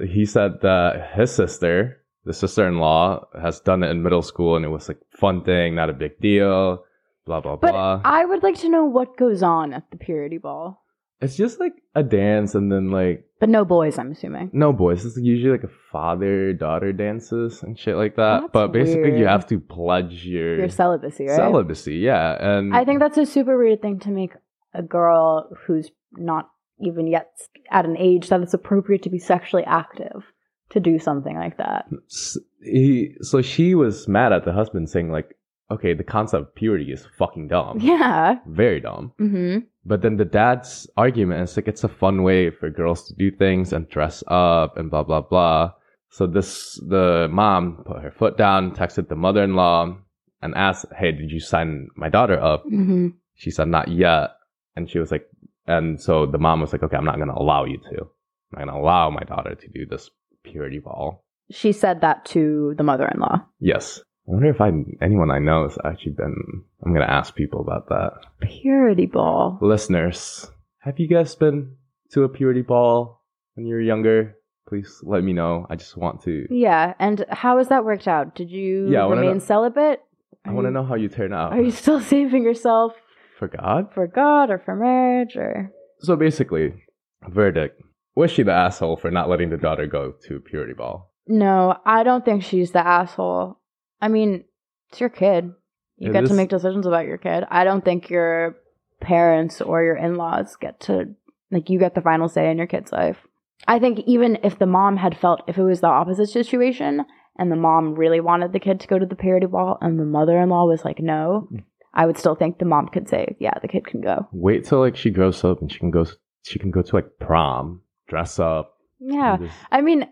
Speaker 1: he said that his sister the sister-in-law has done it in middle school and it was like fun thing not a big deal blah blah
Speaker 2: But
Speaker 1: blah
Speaker 2: I would like to know what goes on at the purity ball.
Speaker 1: it's just like a dance and then like
Speaker 2: But no boys, I'm assuming.
Speaker 1: no boys it's usually like a father daughter dances and shit like that
Speaker 2: That's
Speaker 1: but basically you
Speaker 2: weird.
Speaker 1: have to pledge your,
Speaker 2: Your celibacy, right?
Speaker 1: celibacy yeah and
Speaker 2: I think that's a super weird thing to make a girl who's not even yet at an age that it's appropriate to be sexually active to do something like that.
Speaker 1: S- he so she was mad at the husband saying like okay the concept of purity is fucking dumb
Speaker 2: Yeah.
Speaker 1: very dumb
Speaker 2: hmm
Speaker 1: but then the dad's argument is like it's a fun way for girls to do things and dress up and blah blah blah so this the mom put her foot down texted the mother-in-law and asked hey did you sign my daughter up
Speaker 2: hmm
Speaker 1: she said not yet and she was like and so the mom was like okay i'm not gonna allow you to i'm not gonna allow my daughter to do this purity ball
Speaker 2: She said that to the mother-in-law.
Speaker 1: Yes. I wonder if I anyone I know has actually been. I'm gonna ask people about that.
Speaker 2: Purity ball.
Speaker 1: Listeners, have you guys been to a purity ball when you were younger? Please let me know. I just want to.
Speaker 2: Yeah, and how has that worked out? Did you
Speaker 1: Yeah, I wanna
Speaker 2: remain
Speaker 1: know-
Speaker 2: celibate?
Speaker 1: I
Speaker 2: Are
Speaker 1: want to
Speaker 2: you-
Speaker 1: know how you turn out.
Speaker 2: Are you still saving yourself
Speaker 1: For God.
Speaker 2: for God or for marriage or
Speaker 1: So basically, verdict: Was she the asshole for not letting the daughter go to a purity ball?
Speaker 2: No, I don't think she's the asshole. I mean, it's your kid. You
Speaker 1: Yeah,
Speaker 2: get
Speaker 1: this-
Speaker 2: to make decisions about your kid. I don't think your parents or your in-laws get to like you get the final say in your kid's life. I think even if the mom had felt if it was the opposite situation and the mom really wanted the kid to go to the purity ball and the mother-in-law was like no, I would still think the mom could say, yeah, the kid can go.
Speaker 1: Wait till like she grows up and she can go. She can go to like prom, dress up.
Speaker 2: Yeah.
Speaker 1: and just-
Speaker 2: I mean,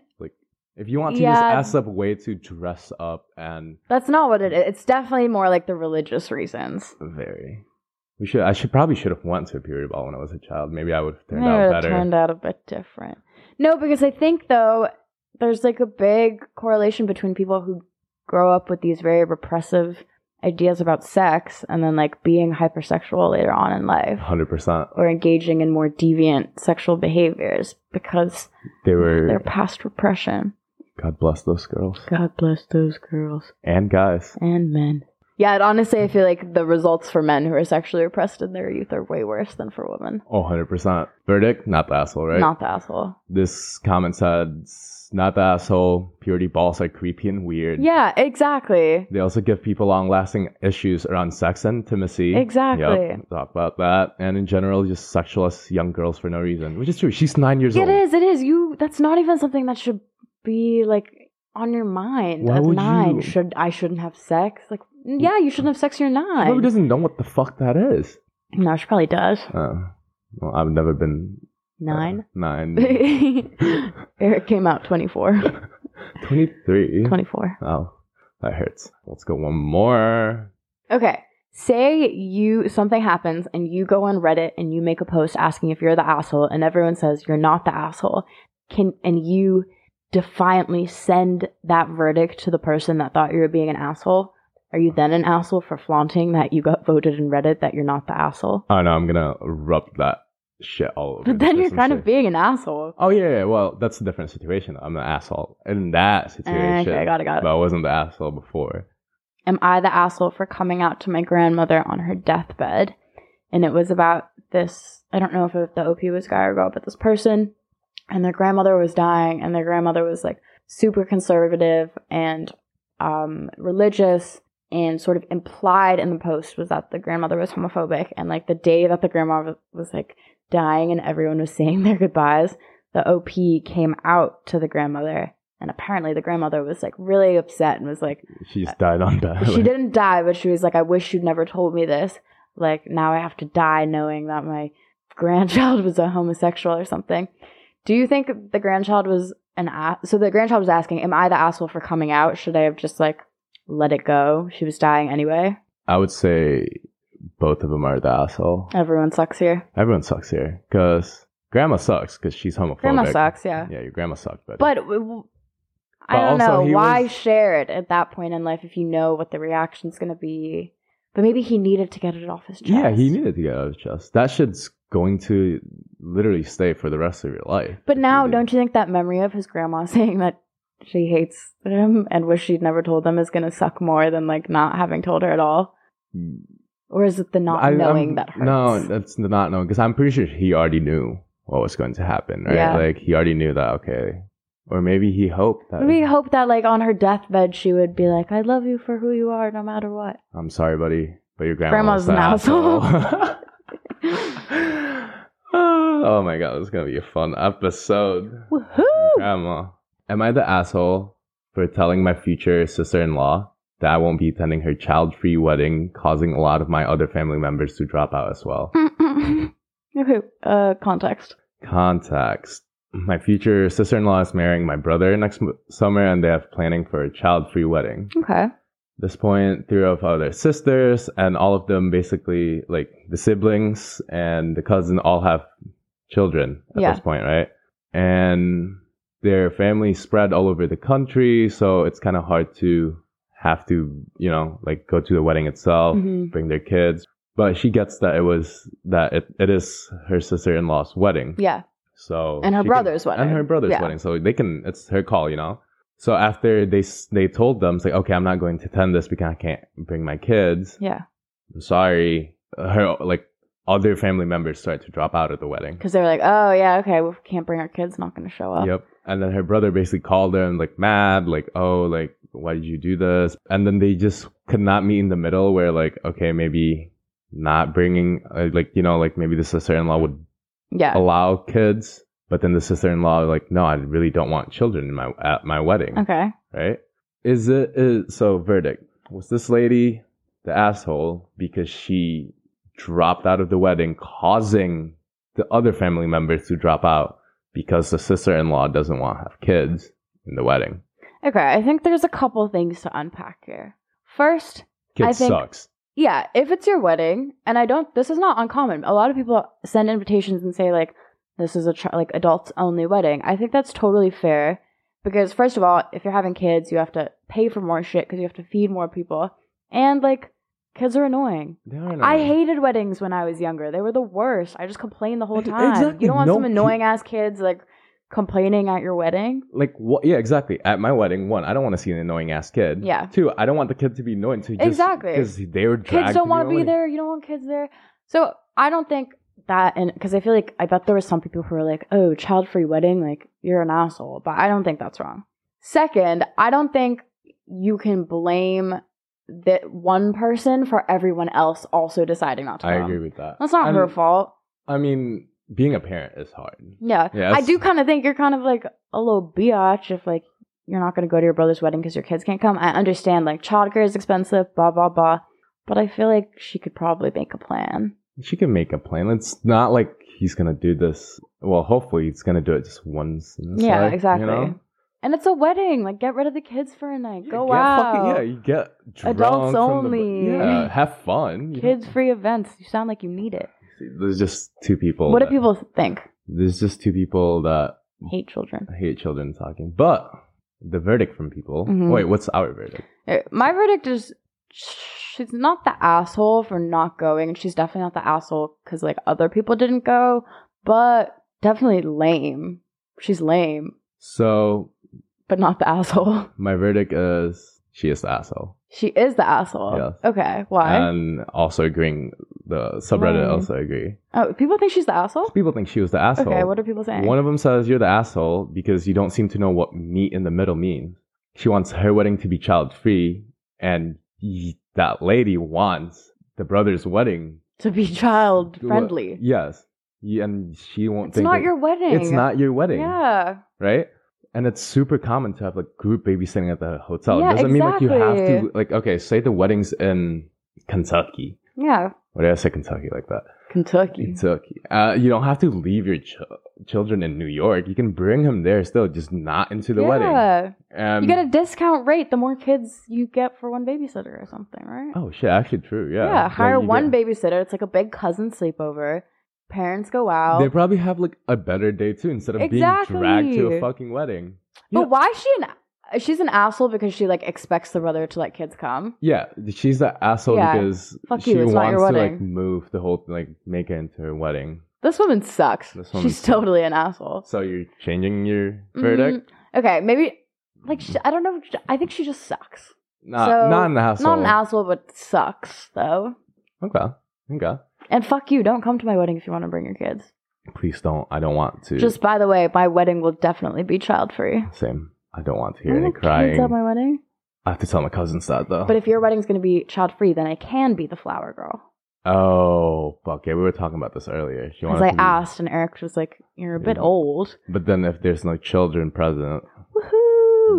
Speaker 1: if you want to
Speaker 2: Yeah.
Speaker 1: just ass up, way to dress up and
Speaker 2: that's not what it is. It's definitely more like the religious reasons.
Speaker 1: Very. We should. I should probably should have went to a period ball when I was a child. Maybe I would have turned
Speaker 2: Maybe
Speaker 1: out
Speaker 2: it
Speaker 1: better.
Speaker 2: Turned out a bit different. No, because I think though there's like a big correlation between people who grow up with these very repressive ideas about sex and then like being hypersexual later on in life
Speaker 1: Hundred percent.
Speaker 2: or engaging in more deviant sexual behaviors because
Speaker 1: They
Speaker 2: their
Speaker 1: were.
Speaker 2: past repression.
Speaker 1: God bless those girls
Speaker 2: God bless those girls
Speaker 1: and guys.
Speaker 2: and men. Yeah, and honestly, I feel like the results for men who are sexually repressed in their youth are way worse than for women.
Speaker 1: Oh, 100 percent. Verdict: Not the asshole, right?
Speaker 2: Not the asshole.
Speaker 1: This comment said, "Not the asshole. Purity balls are creepy and weird."
Speaker 2: Yeah, exactly.
Speaker 1: They also give people long-lasting issues around sex and intimacy.
Speaker 2: Exactly.
Speaker 1: Yep, talk about that, and in general, just sexualist young girls for no reason, which is true. She's nine years
Speaker 2: It
Speaker 1: old.
Speaker 2: is. It is. You. That's not even something that should be like on your mind
Speaker 1: Why
Speaker 2: at
Speaker 1: would
Speaker 2: nine.
Speaker 1: you-
Speaker 2: Should I shouldn't have sex? Like yeah, you shouldn't have sex. You're not.
Speaker 1: Nobody doesn't know what the fuck that is.
Speaker 2: No, she probably does.
Speaker 1: Uh, well, I've never been uh,
Speaker 2: Nine.
Speaker 1: nine.
Speaker 2: Eric came out 24.
Speaker 1: 23.
Speaker 2: 24.
Speaker 1: Oh, that hurts. Let's go one more.
Speaker 2: Okay. Say you something happens and you go on Reddit and you make a post asking if you're the asshole and everyone says you're not the asshole. Can and you defiantly send that verdict to the person that thought you were being an asshole? Are you then an asshole for flaunting that you got voted in Reddit that you're not the asshole?
Speaker 1: Oh no, I'm gonna rub that shit all over.
Speaker 2: But
Speaker 1: the
Speaker 2: then you're
Speaker 1: person,
Speaker 2: kind
Speaker 1: so-
Speaker 2: of being an asshole.
Speaker 1: Oh yeah, yeah, well that's a different situation. I'm an asshole in that situation.
Speaker 2: Okay, I got it, got it.
Speaker 1: But I wasn't the asshole before.
Speaker 2: Am I the asshole for coming out to my grandmother on her deathbed? And it was about this I don't know if it- the OP was guy or girl, but this person and their grandmother was dying, and their grandmother was like super conservative and um, religious. And sort of implied in the post was that the grandmother was homophobic. And like the day that the grandma was, was like dying and everyone was saying their goodbyes, the OP came out to the grandmother. And apparently the grandmother was like really upset and was like,
Speaker 1: She's died on that.
Speaker 2: she didn't die, but she was like, I wish you'd never told me this. Like, now I have to die knowing that my grandchild was a homosexual or something. Do you think the grandchild was an ass? So the grandchild was asking, Am I the asshole for coming out? Should I have just like let it go? She was dying anyway.
Speaker 1: I would say both of them are the asshole.
Speaker 2: Everyone sucks here.
Speaker 1: Everyone sucks here because grandma sucks because she's homophobic.
Speaker 2: Grandma sucks, yeah.
Speaker 1: Yeah, your grandma sucked, buddy.
Speaker 2: But w- w- I
Speaker 1: But
Speaker 2: don't
Speaker 1: also
Speaker 2: know.
Speaker 1: he
Speaker 2: Why
Speaker 1: was-
Speaker 2: share it at that point in life if you know what the reaction's going to be? But maybe he needed to get it off his chest.
Speaker 1: yeah, he needed to get out of his chest. That shit's going to literally stay for the rest of your life.
Speaker 2: But now,
Speaker 1: Mm-hmm.
Speaker 2: don't you think that memory of his grandma saying that she hates him and wish she'd never told them is going to suck more than like not having told her at all?
Speaker 1: you?
Speaker 2: Or is it the not
Speaker 1: I- I'm-
Speaker 2: knowing that hurts?
Speaker 1: No, that's not knowing because I'm pretty sure he already knew what was going to happen, right?
Speaker 2: Yeah.
Speaker 1: Like he already knew that. Okay, or maybe he hoped that.
Speaker 2: We hope that like on her deathbed she would be like, "I love you for who you are, no matter what."
Speaker 1: I'm sorry, buddy, but your grandma
Speaker 2: Grandma's an
Speaker 1: was the asshole. oh my god, this is gonna be a fun episode.
Speaker 2: Woohoo!
Speaker 1: Grandma, am I the asshole for telling my future sister-in-law that I won't be attending her child-free wedding, causing a lot of my other family members to drop out as well?
Speaker 2: okay, uh, context.
Speaker 1: context. My future sister in law is marrying my brother next m- summer, and they have planning for a child free wedding.
Speaker 2: Okay.
Speaker 1: At this point, three of other sisters, and all of them basically, like the siblings and the cousin, all have children at
Speaker 2: Yeah.
Speaker 1: this point, right? And their families spread all over the country, so it's kind of hard to have to, you know, like go to the wedding itself
Speaker 2: hmm
Speaker 1: bring their kids. But she gets that it was that it, it is her sister in law's wedding.
Speaker 2: Yeah,
Speaker 1: So
Speaker 2: and her
Speaker 1: she can-
Speaker 2: brother's wedding.
Speaker 1: and her brother's
Speaker 2: Yeah.
Speaker 1: wedding. So they can it's her call, you know. So after they s- they told them, it's like, okay, I'm not going to attend this because I can't bring my kids.
Speaker 2: Yeah,
Speaker 1: I'm sorry. Her like other family members start to drop out of the wedding.
Speaker 2: because they were like, "Oh yeah, okay, we can't bring our kids, not going to show up."
Speaker 1: Yep. And then her brother basically called her and like mad, like, oh, like, why did you do this? And then they just could not meet in the middle where like, okay, maybe not bringing, uh, like, you know, like maybe the sister-in-law would
Speaker 2: Yeah,
Speaker 1: allow kids, but then the sister-in-law like, no, I really don't want children in my at my wedding,
Speaker 2: Okay.
Speaker 1: right? Is it is so verdict? Was this lady the asshole because she dropped out of the wedding, causing the other family members to drop out because the sister-in-law doesn't want to have kids in the wedding?
Speaker 2: Okay. I think there's a couple things to unpack here. First, I
Speaker 1: Kid
Speaker 2: think-
Speaker 1: sucks.
Speaker 2: Yeah, if it's your wedding, and I don't, this is not uncommon. A lot of people send invitations and say like, "This is a ch- like adults only wedding." I think that's totally fair because first of all, if you're having kids, you have to pay for more shit because you have to feed more people, and like, kids are annoying.
Speaker 1: They are
Speaker 2: I
Speaker 1: annoying.
Speaker 2: hated weddings when I was younger; they were the worst. I just complained the whole time.
Speaker 1: Exactly,
Speaker 2: You don't want
Speaker 1: no
Speaker 2: some
Speaker 1: ki-
Speaker 2: annoying ass kids like complaining at your wedding.
Speaker 1: like what? Yeah, exactly. At my wedding, one, I don't want to see an annoying ass kid.
Speaker 2: Yeah.
Speaker 1: Two, I don't want the kid to be annoying. To just,
Speaker 2: Exactly.
Speaker 1: because they were
Speaker 2: kids
Speaker 1: dragged
Speaker 2: don't
Speaker 1: to
Speaker 2: want
Speaker 1: the
Speaker 2: to be
Speaker 1: wedding.
Speaker 2: there. You don't want kids there. So I don't think that, and because I feel like I bet there were some people who were like, "Oh, child-free wedding, like you're an asshole," but I don't think that's wrong. Second, I don't think you can blame that one person for everyone else also deciding not to.
Speaker 1: I
Speaker 2: come.
Speaker 1: agree with that.
Speaker 2: Um, That's not
Speaker 1: And-
Speaker 2: her fault.
Speaker 1: I mean, being a parent is hard.
Speaker 2: Yeah,
Speaker 1: Yeah,
Speaker 2: I do kind of think you're kind of like a little biatch if like you're not going to go to your brother's wedding because your kids can't come. I understand, like, childcare is expensive, blah, blah, blah. But I feel like she could probably make a plan.
Speaker 1: She can make a plan. It's not like he's gonna do this. Well, hopefully he's gonna do it just once. in his
Speaker 2: yeah,
Speaker 1: life, you
Speaker 2: exactly.
Speaker 1: know?
Speaker 2: And it's a wedding. Like, get rid of the kids for a night. Go
Speaker 1: get
Speaker 2: out.
Speaker 1: Fucking, yeah, you get drunk
Speaker 2: Adults
Speaker 1: from the-
Speaker 2: only.
Speaker 1: yeah, have fun. you know?
Speaker 2: Kids free events. You sound like you need it.
Speaker 1: There's just two people.
Speaker 2: What do
Speaker 1: that, Mm.
Speaker 2: people think?
Speaker 1: There's just two people that
Speaker 2: Hate children.
Speaker 1: hate children talking. But the verdict from people.
Speaker 2: Mhm.
Speaker 1: Wait, what's our verdict?
Speaker 2: Uh, My verdict is she's not the asshole for not going. and She's definitely not the asshole because like other people didn't go, but definitely lame. She's lame,
Speaker 1: So
Speaker 2: but not the asshole.
Speaker 1: my verdict is she is the asshole.
Speaker 2: She is the asshole.
Speaker 1: Yes.
Speaker 2: Okay, why?
Speaker 1: And also agreeing, the subreddit
Speaker 2: Why?
Speaker 1: also agree.
Speaker 2: oh, people think she's the asshole.
Speaker 1: People think she was the asshole.
Speaker 2: Okay, what are people saying?
Speaker 1: One of them says you're the asshole because you don't seem to know what meat in the middle means. She wants her wedding to be child free, and y- that lady wants the brother's wedding
Speaker 2: to be child friendly.
Speaker 1: Yes, Y- and she won't
Speaker 2: It's
Speaker 1: think
Speaker 2: not
Speaker 1: it-
Speaker 2: your wedding.
Speaker 1: It's not your wedding,
Speaker 2: Yeah.
Speaker 1: right? And it's super common to have like group babysitting at the hotel.
Speaker 2: Yeah,
Speaker 1: it doesn't mean like you have
Speaker 2: exactly.
Speaker 1: to like okay, say the wedding's in Kentucky.
Speaker 2: Yeah.
Speaker 1: What did I say Kentucky like that?
Speaker 2: Kentucky.
Speaker 1: Kentucky. Uh, you don't have to leave your ch- children in New York. You can bring them there still, just not into the wedding.
Speaker 2: Yeah.
Speaker 1: Um,
Speaker 2: you get a discount rate the more kids you get for one babysitter or something, right?
Speaker 1: Oh shit! Actually, true. Yeah.
Speaker 2: Yeah, hire
Speaker 1: you
Speaker 2: one
Speaker 1: get-
Speaker 2: babysitter. It's like a big cousin sleepover. Parents go out.
Speaker 1: They probably have like a better day too instead of being dragged to
Speaker 2: Exactly.
Speaker 1: a fucking wedding.
Speaker 2: but
Speaker 1: yeah.
Speaker 2: why is she an she's an asshole because she like expects the brother to let kids come.
Speaker 1: Yeah, she's the asshole
Speaker 2: Yeah.
Speaker 1: because
Speaker 2: Fuck
Speaker 1: she
Speaker 2: you, it's not
Speaker 1: wants
Speaker 2: your
Speaker 1: to like
Speaker 2: wedding.
Speaker 1: move the whole like make it into her wedding.
Speaker 2: This woman sucks.
Speaker 1: This woman
Speaker 2: she's
Speaker 1: sucks.
Speaker 2: totally an asshole.
Speaker 1: So you're changing your
Speaker 2: Mhm.
Speaker 1: verdict?
Speaker 2: Okay, maybe like
Speaker 1: Mm.
Speaker 2: sh I don't know. I think she just sucks.
Speaker 1: Not,
Speaker 2: So,
Speaker 1: not an asshole.
Speaker 2: Not an asshole, but sucks though.
Speaker 1: Okay. Okay.
Speaker 2: And fuck you. Don't come to my wedding if you want to bring your kids.
Speaker 1: Please don't. I don't want to.
Speaker 2: Just by the way, my wedding will definitely be child free.
Speaker 1: same. I don't want to hear any crying.
Speaker 2: at my wedding.
Speaker 1: I have to tell my cousins that though.
Speaker 2: But if your wedding's going to be child free, then I can be the flower girl.
Speaker 1: oh, fuck yeah, we were talking about this earlier. She
Speaker 2: Because
Speaker 1: wanted
Speaker 2: I
Speaker 1: to be-
Speaker 2: asked, and Eric was like, "You're a bit
Speaker 1: Yeah.
Speaker 2: old."
Speaker 1: But then if there's no children present, you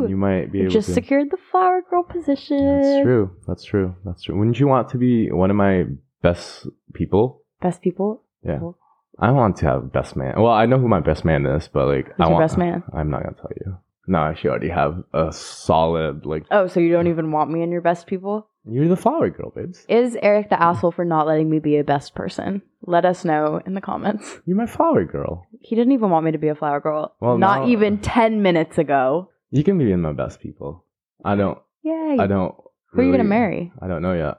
Speaker 2: Woohoo!
Speaker 1: might be
Speaker 2: You
Speaker 1: able
Speaker 2: just
Speaker 1: to.
Speaker 2: secured the flower girl position.
Speaker 1: That's true. That's true. That's true. Wouldn't you want to be one of my best people?
Speaker 2: Best people.
Speaker 1: Yeah.
Speaker 2: Cool.
Speaker 1: I want to have best man. Well, I know who my best man is, but like
Speaker 2: Who's
Speaker 1: I
Speaker 2: your
Speaker 1: want
Speaker 2: best man?
Speaker 1: I'm not gonna tell you. No, I should already have a solid like
Speaker 2: Oh, so you don't even want me in your best people?
Speaker 1: you're the flower girl, babes.
Speaker 2: Is Eric the asshole for not letting me be a best person? Let us know in the comments.
Speaker 1: You're my flower girl.
Speaker 2: He didn't even want me to be a flower girl.
Speaker 1: Well,
Speaker 2: not
Speaker 1: now-
Speaker 2: even ten minutes ago.
Speaker 1: You can be in my best people. I don't
Speaker 2: Yay!
Speaker 1: I don't
Speaker 2: Who are you gonna
Speaker 1: really-
Speaker 2: marry?
Speaker 1: I don't know yet.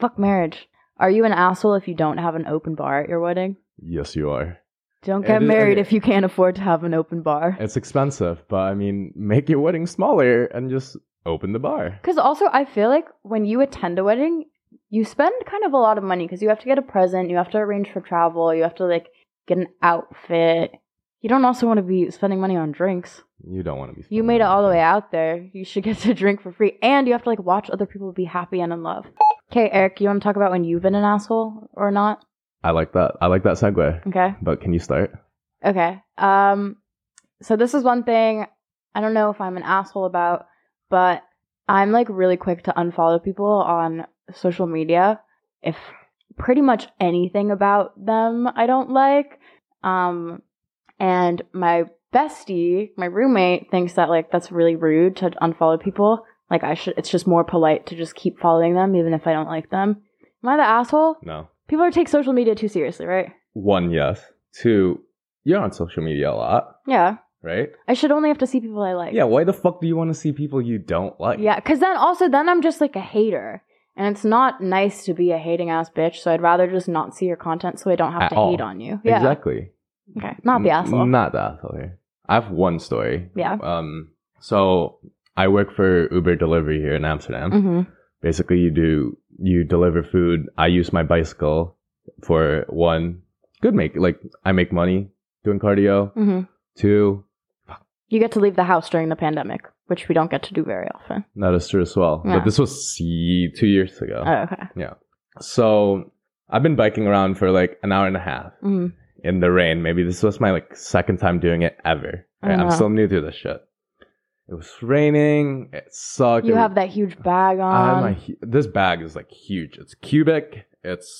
Speaker 2: Fuck marriage. Are you an asshole if you don't have an open bar at your wedding?
Speaker 1: Yes you are.
Speaker 2: Don't
Speaker 1: It
Speaker 2: get
Speaker 1: is-
Speaker 2: married
Speaker 1: okay.
Speaker 2: if you can't afford to have an open bar.
Speaker 1: It's expensive, but I mean make your wedding smaller and just open the bar.
Speaker 2: Because also, I feel like when you attend a wedding, you spend kind of a lot of money because you have to get a present, you have to arrange for travel, you have to like get an outfit. You don't also want to be spending money on drinks.
Speaker 1: You don't want to be
Speaker 2: You made it all the way out there. You should get to drink for free, and you have to like watch other people be happy and in love. Okay, Eric, you want to talk about when you've been an asshole or not?
Speaker 1: I like that. I like that segue.
Speaker 2: Okay,
Speaker 1: But can you start?
Speaker 2: okay. Um, so this is one thing I don't know if I'm an asshole about, but I'm like really quick to unfollow people on social media if pretty much anything about them I don't like. Um, and my bestie, my roommate, thinks that like that's really rude to unfollow people. Like I should, it's just more polite to just keep following them even if I don't like them. Am I the asshole?
Speaker 1: No.
Speaker 2: People are take social media too seriously, right?
Speaker 1: One, yes. Two, you're on social media a lot,
Speaker 2: Yeah,
Speaker 1: right?
Speaker 2: I should only have to see people I like.
Speaker 1: Yeah, why the fuck do you want to see people you don't like?
Speaker 2: Yeah, because then also then I'm just like a hater, and it's not nice to be a hating ass bitch. So I'd rather just not see your content, so I don't have
Speaker 1: At
Speaker 2: to
Speaker 1: all.
Speaker 2: hate on you. Yeah,
Speaker 1: Exactly.
Speaker 2: okay, not the
Speaker 1: N-
Speaker 2: asshole.
Speaker 1: Not the asshole here. I have one story.
Speaker 2: yeah.
Speaker 1: Um so I work for Uber delivery here in Amsterdam.
Speaker 2: hmm
Speaker 1: Basically you do you deliver food. I use my bicycle for one good make like I make money doing cardio.
Speaker 2: hmm
Speaker 1: Two,
Speaker 2: You get to leave the house during the pandemic, which we don't get to do very often.
Speaker 1: that is true as well.
Speaker 2: Yeah.
Speaker 1: But this was see, two years ago.
Speaker 2: Oh, okay.
Speaker 1: So I've been biking around for like an hour and a half
Speaker 2: hmm
Speaker 1: in the rain. Maybe this was my like second time doing it ever.
Speaker 2: Oh,
Speaker 1: Right? I'm
Speaker 2: no.
Speaker 1: still new to this shit. It was raining. It sucked.
Speaker 2: You
Speaker 1: It
Speaker 2: have that huge bag
Speaker 1: I have
Speaker 2: on.
Speaker 1: my hu- this bag is like huge. It's cubic. It's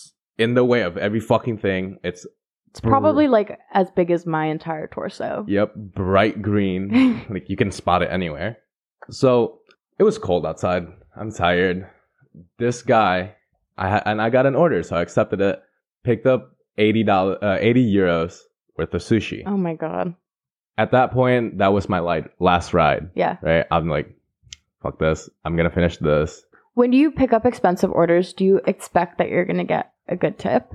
Speaker 1: in the way of every fucking thing. It's
Speaker 2: it's probably like as big as my entire torso.
Speaker 1: yep, bright green. like you can spot it anywhere. So it was cold outside. I'm tired. This guy, I ha- and I got an order, so I accepted it. Picked up eighty dollars, uh, eighty euros worth of sushi.
Speaker 2: oh my god.
Speaker 1: At that point, that was my li- last ride.
Speaker 2: Yeah.
Speaker 1: Right, I'm like, fuck this. I'm gonna finish this.
Speaker 2: When you pick up expensive orders, do you expect that you're going to get a good tip?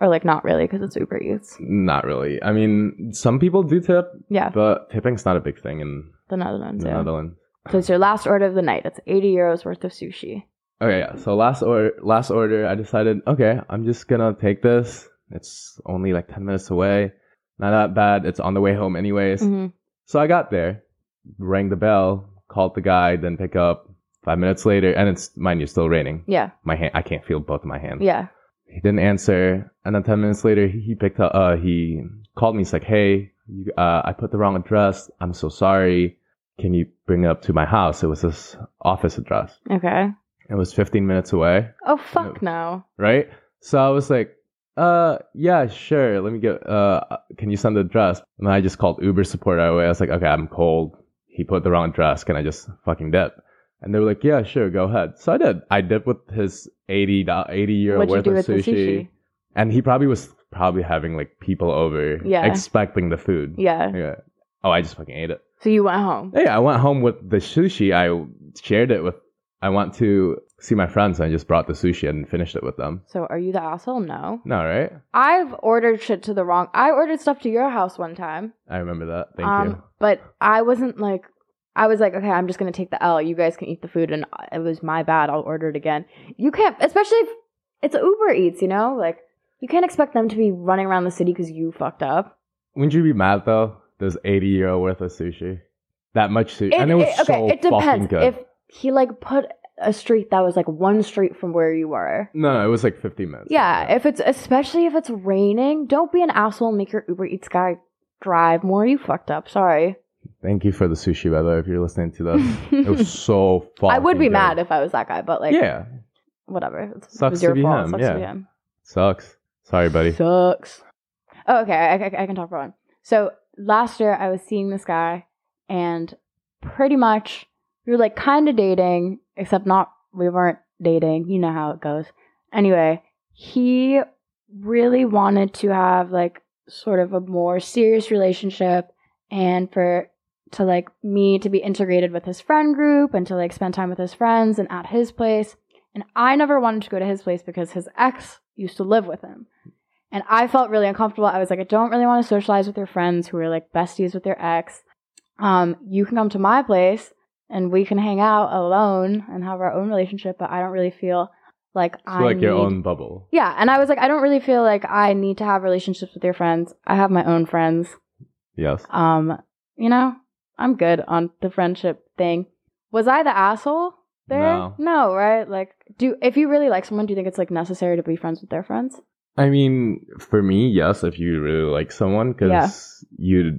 Speaker 2: Or like not really because it's Uber Eats.
Speaker 1: Not really. I mean, some people do tip,
Speaker 2: Yeah,
Speaker 1: but tipping's not a big thing in
Speaker 2: the Netherlands.
Speaker 1: the
Speaker 2: Yeah.
Speaker 1: Netherlands.
Speaker 2: So it's your last order of the night. It's 80 euros worth of sushi.
Speaker 1: Okay, yeah. So last order, last order, I decided, okay, I'm just gonna take this. It's only like ten minutes away. Not that bad. It's on the way home, anyways.
Speaker 2: hmm
Speaker 1: So I got there, rang the bell, called the guy, then pick up. Five minutes later, and it's mind you, still raining.
Speaker 2: Yeah,
Speaker 1: My hand, I can't feel both of my hands.
Speaker 2: yeah.
Speaker 1: He didn't answer, and then ten minutes later, he, he picked up. Uh, he called me. He's like, "Hey, you, uh, I put the wrong address. I'm so sorry. Can you bring it up to my house? It was this office address.
Speaker 2: Okay.
Speaker 1: It was 15 minutes away."
Speaker 2: Oh, fuck no.
Speaker 1: right? So I was like, uh, yeah, sure. Let me get, uh, can you send the address? And I just called Uber support right away. I was like, okay, I'm cold. He put the wrong address. Can I just fucking dip? And they were like, yeah, sure, go ahead. So I did. I dipped with his 80, do- 80 euro
Speaker 2: What'd you
Speaker 1: worth
Speaker 2: do
Speaker 1: of
Speaker 2: with the
Speaker 1: sushi.
Speaker 2: sushi?
Speaker 1: And he probably was probably having like people over
Speaker 2: Yeah.
Speaker 1: expecting the food.
Speaker 2: Yeah.
Speaker 1: yeah. Oh, I just fucking ate it.
Speaker 2: So you went home.
Speaker 1: Yeah, I went home with the sushi. I shared it with, I went to see my friends and I just brought the sushi and finished it with them.
Speaker 2: So are you the asshole? No.
Speaker 1: No, right?
Speaker 2: I've ordered shit to the wrong. I ordered stuff to your house one time.
Speaker 1: I remember that. Thank
Speaker 2: Um,
Speaker 1: you.
Speaker 2: But I wasn't like, I was like, okay, I'm just gonna take the L. You guys can eat the food, and it was my bad. I'll order it again. You can't, especially if it's Uber Eats. You know, like you can't expect them to be running around the city because you fucked up.
Speaker 1: Wouldn't you be mad though? There's 80 euro worth of sushi. That much sushi. and it was so
Speaker 2: it
Speaker 1: fucking
Speaker 2: depends.
Speaker 1: good.
Speaker 2: If he like put a street that was like one street from where you were.
Speaker 1: no, no, it was like 15 minutes.
Speaker 2: Yeah, if it's especially if it's raining, don't be an asshole and make your Uber Eats guy drive more. You fucked up. Sorry.
Speaker 1: Thank you for the sushi, by the way, if you're listening to this. it was so fucking
Speaker 2: I would be
Speaker 1: good.
Speaker 2: mad if I was that guy, but like,
Speaker 1: yeah.
Speaker 2: whatever. It's, it
Speaker 1: Sucks
Speaker 2: was
Speaker 1: to
Speaker 2: your
Speaker 1: be
Speaker 2: fault.
Speaker 1: him,
Speaker 2: Sucks to be
Speaker 1: yeah.
Speaker 2: him.
Speaker 1: Sucks. Sorry, buddy.
Speaker 2: Sucks. Oh, okay. I, I, I can talk for one. So last year, I was seeing this guy, and pretty much we were like kind of dating, except not. We weren't dating. You know how it goes. Anyway, he really wanted to have like sort of a more serious relationship, and for to like me to be integrated with his friend group and to like spend time with his friends and at his place. And I never wanted to go to his place because his ex used to live with him. And I felt really uncomfortable. I was like, I don't really want to socialize with your friends who are like besties with your ex. Um, you can come to my place and we can hang out alone and have our own relationship, but I don't really feel like
Speaker 1: It's
Speaker 2: I
Speaker 1: like your
Speaker 2: need-
Speaker 1: own bubble.
Speaker 2: Yeah, and I was like, I don't really feel like I need to have relationships with your friends. I have my own friends
Speaker 1: Yes.
Speaker 2: um, you know, I'm good on the friendship thing. Was I the asshole there?
Speaker 1: No.
Speaker 2: right? Like, do if you really like someone, do you think it's like necessary to be friends with their friends?
Speaker 1: I mean, for me, yes, if you really like someone, because
Speaker 2: Yeah.
Speaker 1: you,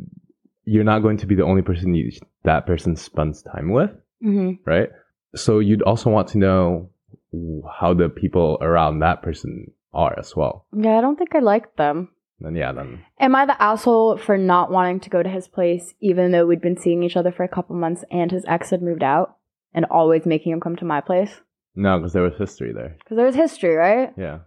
Speaker 1: you're not going to be the only person you, that person spends time with.
Speaker 2: Mm-hmm.
Speaker 1: right? So you'd also want to know how the people around that person are as well.
Speaker 2: Yeah, I don't think I liked them.
Speaker 1: And yeah, then
Speaker 2: Am I the asshole for not wanting to go to his place, even though we'd been seeing each other for a couple months and his ex had moved out, and always making him come to my place
Speaker 1: no, because there was history there.
Speaker 2: because there was history, right?
Speaker 1: Yeah.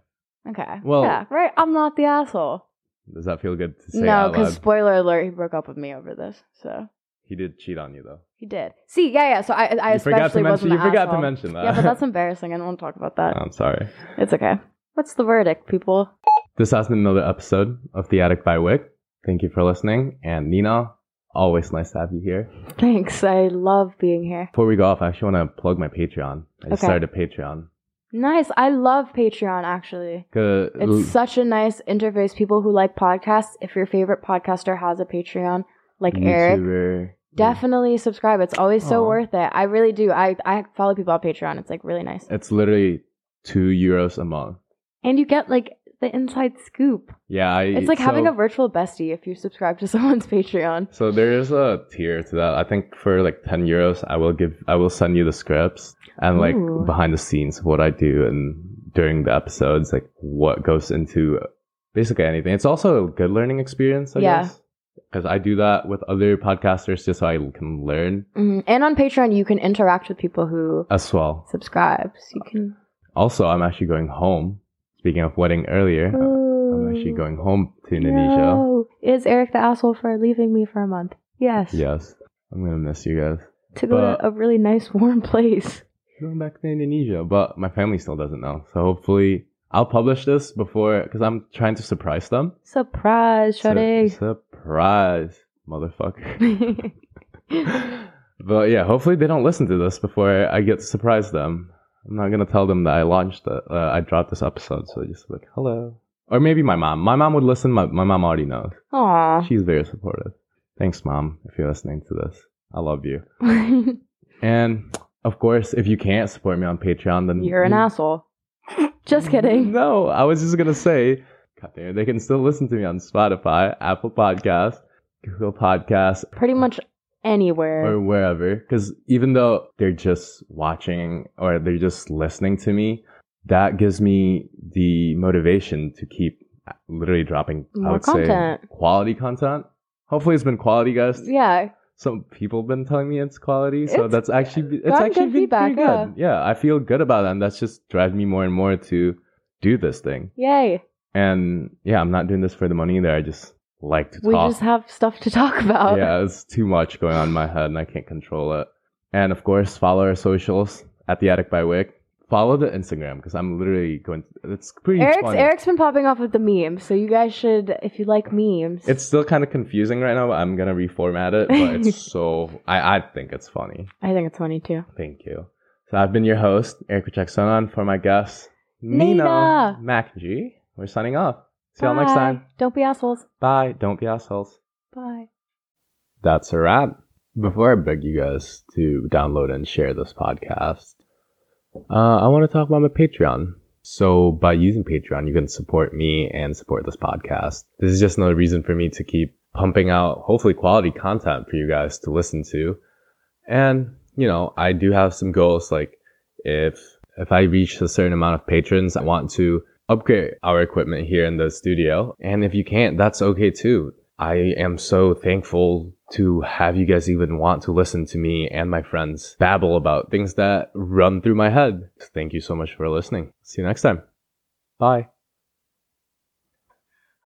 Speaker 2: Okay.
Speaker 1: Well-
Speaker 2: yeah, right. I'm not the asshole.
Speaker 1: Does that feel good to say
Speaker 2: No,
Speaker 1: out
Speaker 2: because
Speaker 1: loud?
Speaker 2: spoiler alert, he broke up with me over this. So.
Speaker 1: He did cheat on you though.
Speaker 2: He did. See, yeah, yeah. So I, I
Speaker 1: you forgot to
Speaker 2: especially
Speaker 1: mention.
Speaker 2: wasn't
Speaker 1: You
Speaker 2: the
Speaker 1: forgot to
Speaker 2: asshole.
Speaker 1: mention that. Uh.
Speaker 2: Yeah, but that's embarrassing. I don't want to talk about that.
Speaker 1: I'm sorry.
Speaker 2: It's okay. What's the verdict, people?
Speaker 1: This has been another episode of The Attic by Wick. Thank you for listening, and Nina, always nice to have you here.
Speaker 2: Thanks. I love being here.
Speaker 1: Before we go off, I actually want to plug my Patreon. I just
Speaker 2: Okay.
Speaker 1: started a Patreon.
Speaker 2: Nice. I love Patreon, actually.
Speaker 1: 'Cause-
Speaker 2: It's such a nice interface. People who like podcasts, if your favorite podcaster has a Patreon, like Eric,
Speaker 1: YouTuber.
Speaker 2: definitely subscribe. It's always so
Speaker 1: Aw.
Speaker 2: worth it. I really do. I, I follow people on Patreon. It's like really nice.
Speaker 1: It's literally two euros a month.
Speaker 2: And you get like the inside scoop.
Speaker 1: Yeah, I,
Speaker 2: It's like having
Speaker 1: so-
Speaker 2: a virtual bestie if you subscribe to someone's Patreon.
Speaker 1: So there's a tier to that. I think for like ten euros, I will give, I will send you the scripts and like
Speaker 2: Ooh.
Speaker 1: behind the scenes of what I do and during the episodes, like what goes into basically anything. It's also a good learning experience, I
Speaker 2: Yeah.
Speaker 1: guess, because I do that with other podcasters just so I can learn
Speaker 2: Mhm. And on Patreon, you can interact with people who
Speaker 1: as well.
Speaker 2: subscribe. So you can.
Speaker 1: Also, I'm actually going home. Speaking of wedding earlier, I'm actually
Speaker 2: Ooh.
Speaker 1: going home to Indonesia.
Speaker 2: No. Is Eric the asshole for leaving me for a month? Yes.
Speaker 1: Yes, I'm gonna miss you guys.
Speaker 2: To go
Speaker 1: But-
Speaker 2: to a really nice warm place.
Speaker 1: going back to Indonesia, but my family still doesn't know. So hopefully, I'll publish this before because I'm trying to surprise them.
Speaker 2: Surprise,
Speaker 1: Sur-
Speaker 2: Shade.
Speaker 1: surprise, motherfucker. but yeah, hopefully they don't listen to this before I get to surprise them. I'm not gonna tell them that I launched it. Uh, I dropped this episode, so just like hello, or maybe my mom. My mom would listen. My my mom already knows.
Speaker 2: Aw.
Speaker 1: She's very supportive. Thanks, mom, if you're listening to this. I love you. And of course, if you can't support me on Patreon, then
Speaker 2: You're an
Speaker 1: you-
Speaker 2: asshole. Just kidding.
Speaker 1: No, I was just gonna say, God damn it, they can still listen to me on Spotify, Apple Podcasts, Google Podcasts,
Speaker 2: Pretty much anywhere.
Speaker 1: or wherever. Because even though they're just watching or they're just listening to me, that gives me the motivation to keep literally dropping I
Speaker 2: More
Speaker 1: would say
Speaker 2: content.
Speaker 1: quality content. Hopefully, it's been quality, guys.
Speaker 2: yeah.
Speaker 1: Some people have been telling me it's quality, so
Speaker 2: It's
Speaker 1: that's actually it's
Speaker 2: gotten
Speaker 1: actually been
Speaker 2: good
Speaker 1: pretty
Speaker 2: feedback, yeah.
Speaker 1: good. Yeah, I feel good about it, and that's just drives me more and more to do this thing.
Speaker 2: Yay.
Speaker 1: And yeah, I'm not doing this for the money either. I just like to
Speaker 2: We
Speaker 1: talk.
Speaker 2: just have stuff to talk about.
Speaker 1: yeah, it's too much going on in my head and I can't control it. And of course, follow our socials at the attic by Wick. Follow the Instagram because I'm literally going. To, it's pretty
Speaker 2: Eric's
Speaker 1: fun.
Speaker 2: Eric's been popping off with the memes, so you guys should if you like memes.
Speaker 1: It's still kind of confusing right now. But I'm gonna reformat it, but it's so I I think it's funny.
Speaker 2: I think it's funny too.
Speaker 1: Thank you. So I've been your host, Eric Jackson, for my guests, Nina
Speaker 2: Nina.
Speaker 1: MacG. We're signing off. See y'all next
Speaker 2: Bye.
Speaker 1: time.
Speaker 2: Don't be assholes.
Speaker 1: Bye. Don't be assholes.
Speaker 2: Bye.
Speaker 1: That's a wrap. Before I beg you guys to download and share this podcast, uh, I want to talk about my Patreon. So, by using Patreon, you can support me and support this podcast. This is just another reason for me to keep pumping out hopefully quality content for you guys to listen to. And, you know, I do have some goals like if if I reach a certain amount of patrons, I want to upgrade our equipment here in the studio. And if you can't, that's okay too. I am so thankful to have you guys even want to listen to me and my friends babble about things that run through my head. Thank you so much for listening. See you next time. Bye.